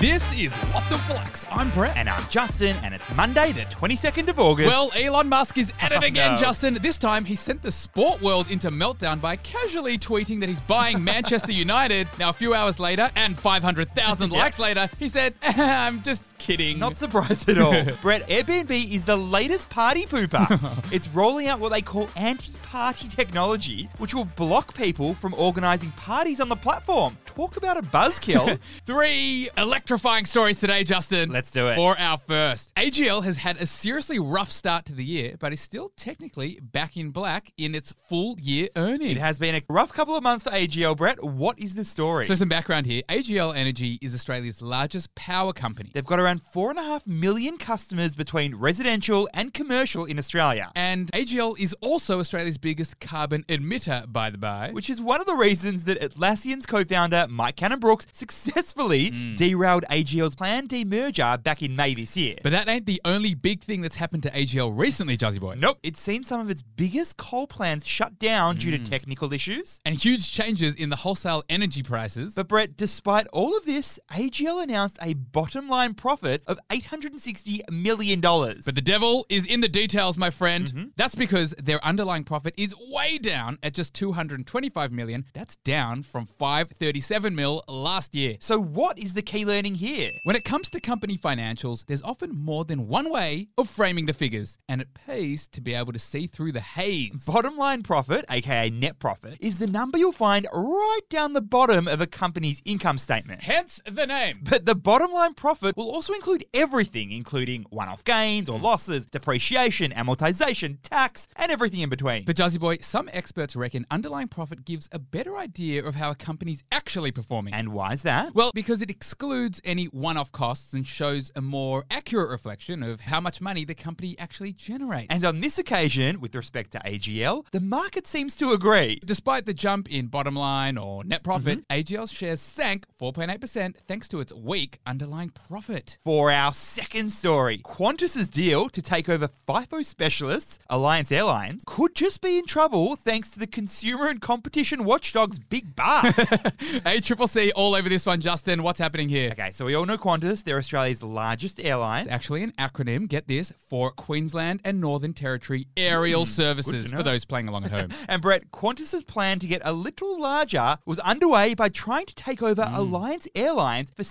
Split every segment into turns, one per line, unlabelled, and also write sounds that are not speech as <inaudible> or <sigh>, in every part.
This is What the Flux. I'm Brett.
And I'm Justin, and it's Monday, the 22nd of August.
well, Elon Musk is at
<laughs>
it
Oh,
again,
no.
Justin. This time, he sent the sport world into meltdown by casually tweeting that he's buying
<laughs>
Manchester United. Now, a few hours later, and 500,000 likes later, he said, <laughs> I'm just kidding.
not surprised
<laughs>
at all. Brett, Airbnb is the latest party pooper. it's rolling out what they call anti party technology, which will block people from organising parties on the platform. Talk about
<laughs>
a buzzkill.
Three electrifying stories today, Justin.
Let's do it.
For our first. AGL has had a seriously rough start to the year, but is still technically back in black in its full year earnings.
it has been a rough couple of months for AGL, Brett. What is the story?
So, some background here AGL Energy is Australia's largest power company.
They've got around 4.5 million customers between residential and commercial in Australia.
And AGL is also Australia's biggest carbon emitter, by the by.
which is one of the reasons that Atlassian's co-founder Mike Cannon-Brookes successfully
Hmm.
derailed AGL's planned demerger back in May this year.
but that ain't the only big thing that's happened to AGL recently, Jazzy Boy.
nope, it's seen some of its biggest coal plants shut down due to
Hmm.
technical issues.
And huge changes in the wholesale energy prices.
But Brett, despite all of this, AGL announced a bottom line profit of $860 million.
But the devil is in the details, my friend. That's because their underlying profit is way down at just 225 million. That's down from 537 mil last year.
so what is the key learning here?
When it comes to company financials, there's often more than one way of framing the figures, and it pays to be able to see through the haze.
Bottom line profit, aka net profit, is the number you'll find right down the bottom of a company's income statement.
Hence the name.
But the bottom line profit will also include everything, including one off gains
Mm.
or losses, depreciation, amortization, tax, and everything in between.
But Jazzy Boy, some experts reckon underlying profit gives a better idea of how a company's actually performing.
and why is that?
well, because it excludes any one off costs and shows a more accurate reflection of how much money the company actually generates.
And uh, on this occasion, with respect to AGL, the market seems to agree.
Despite the jump in bottom line or net profit,
Mm-hmm.
AGL's shares sank 4.8% thanks to its weak underlying profit.
For our second story, Qantas's deal to take over FIFO specialists, Alliance Airlines, could just be in trouble thanks to the consumer and competition watchdog's big
<laughs>
bar.
A triple C all over this one, Justin. What's happening here?
okay, so we all know Qantas, they're Australia's largest airline.
It's actually an acronym, get this, for Queensland and Northern Territory Aerial Services
Hmm. know.
for those playing along at home.
And Brett, Qantas's plan to get a little larger was underway by trying to take over
Mm.
Alliance Airlines for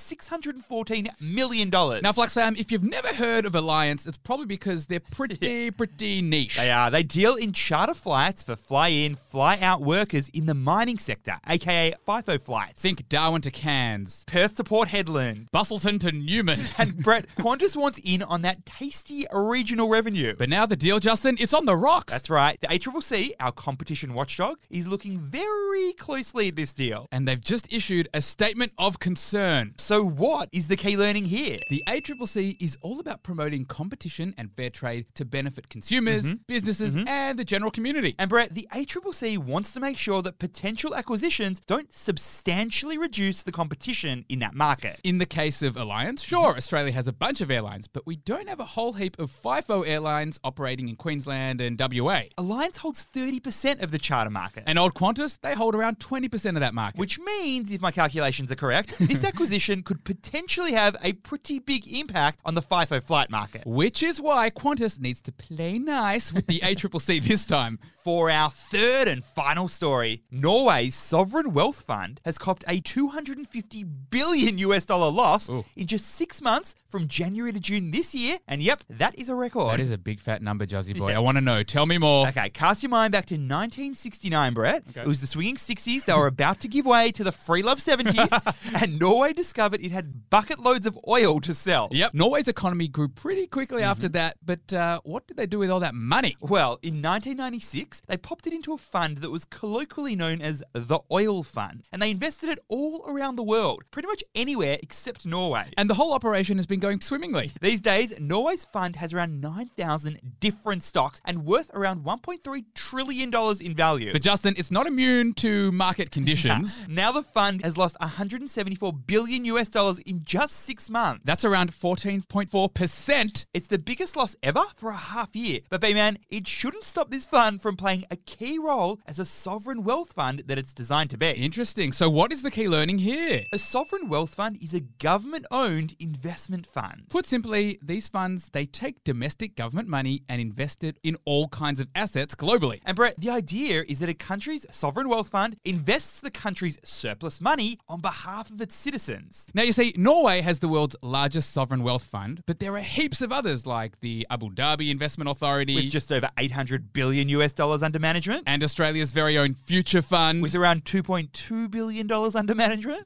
$614 million.
now, Fluxfam, if you've never heard of Alliance, it's probably because they're
<laughs>
pretty, pretty niche.
they are. They deal in charter flights for fly in, fly out workers in the mining sector, aka FIFO flights.
Think Darwin to Cairns,
Perth to Port Hedland.
Bustleton to
<laughs>
Newman.
And Brett, Qantas wants in on that tasty regional revenue.
but now the deal, Justin, it's on the rocks.
That's right. The ACCC, our competition watchdog, is looking very closely at this deal.
and they've just issued a statement of concern.
So, what is the key learning here?
The ACCC is all about promoting competition and fair trade to benefit consumers,
Mm-hmm.
businesses, and the general community.
And Brett, the ACCC wants to make sure that potential acquisitions don't substantially reduce the competition in that market.
In the case of Alliance,
Mm-hmm.
sure, Australia has a bunch of airlines, but we don't have a whole heap of FIFO airlines operating in Queensland and WA.
Alliance holds 30% of the charter market.
And old Qantas, they hold around 20% of that market.
which means, if my calculations
<laughs>
are correct, this acquisition could potentially have a pretty big impact on the FIFO flight market.
Which is why Qantas needs to play nice with the <laughs> ACCC this time.
For our third and final story, Norway's sovereign wealth fund has copped a 250 billion US dollar loss
Ooh.
in just six months from January to June this year. And yep, that is a record.
That is a big fat number, Juzzy boy. I want to know. Tell me more.
Okay, cast your mind back to 1969, Brett.
Okay.
It was the swinging 60s. They were about to give way to the free
<laughs>
love 70s, and Norway discovered it had bucket loads of oil to sell.
Yep. Norway's economy grew pretty quickly after that, but uh, what did they do with all that money?
Well, in 1996, they popped it into a fund that was colloquially known as the Oil Fund, and they invested it all around the world, pretty much anywhere except Norway.
And the whole operation has been going swimmingly.
These days, Norway's fund has around 9,000 different stocks and worth around $1.3 trillion in value.
But Justin, it's not immune to market
<laughs>
conditions.
Now the fund has lost 174 billion US dollars in just six months.
That's around 14.4%.
it's the biggest loss ever for a half year. But B man, it shouldn't stop this fund them from playing a key role as a sovereign wealth fund that it's designed to be.
Interesting. So, what is the key learning here?
A sovereign wealth fund is a government owned investment fund.
Put simply, these funds they take domestic government money and invest it in all kinds of assets globally.
And Brett, the idea is that a country's sovereign wealth fund invests the country's surplus money on behalf of its citizens.
Now, you see, Norway has the world's largest sovereign wealth fund, but there are heaps of others like the Abu Dhabi Investment Authority
With just over 800 billion US dollars under management,
and Australia's very own Future Fund.
with around 2.2 billion dollars under management.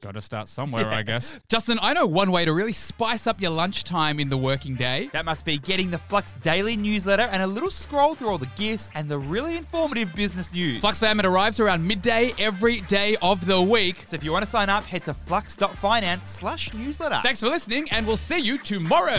<laughs> Gotta start somewhere, I guess. Justin, I know one way to really spice up your lunchtime in the working
<laughs>
day.
That must be getting the Flux daily newsletter and a little scroll through all the gifts and the really informative business news.
Flux Fam, it arrives around midday every day of the week.
So if you want to sign up, head to flux.finance slash newsletter.
Thanks for listening, and we'll see you tomorrow.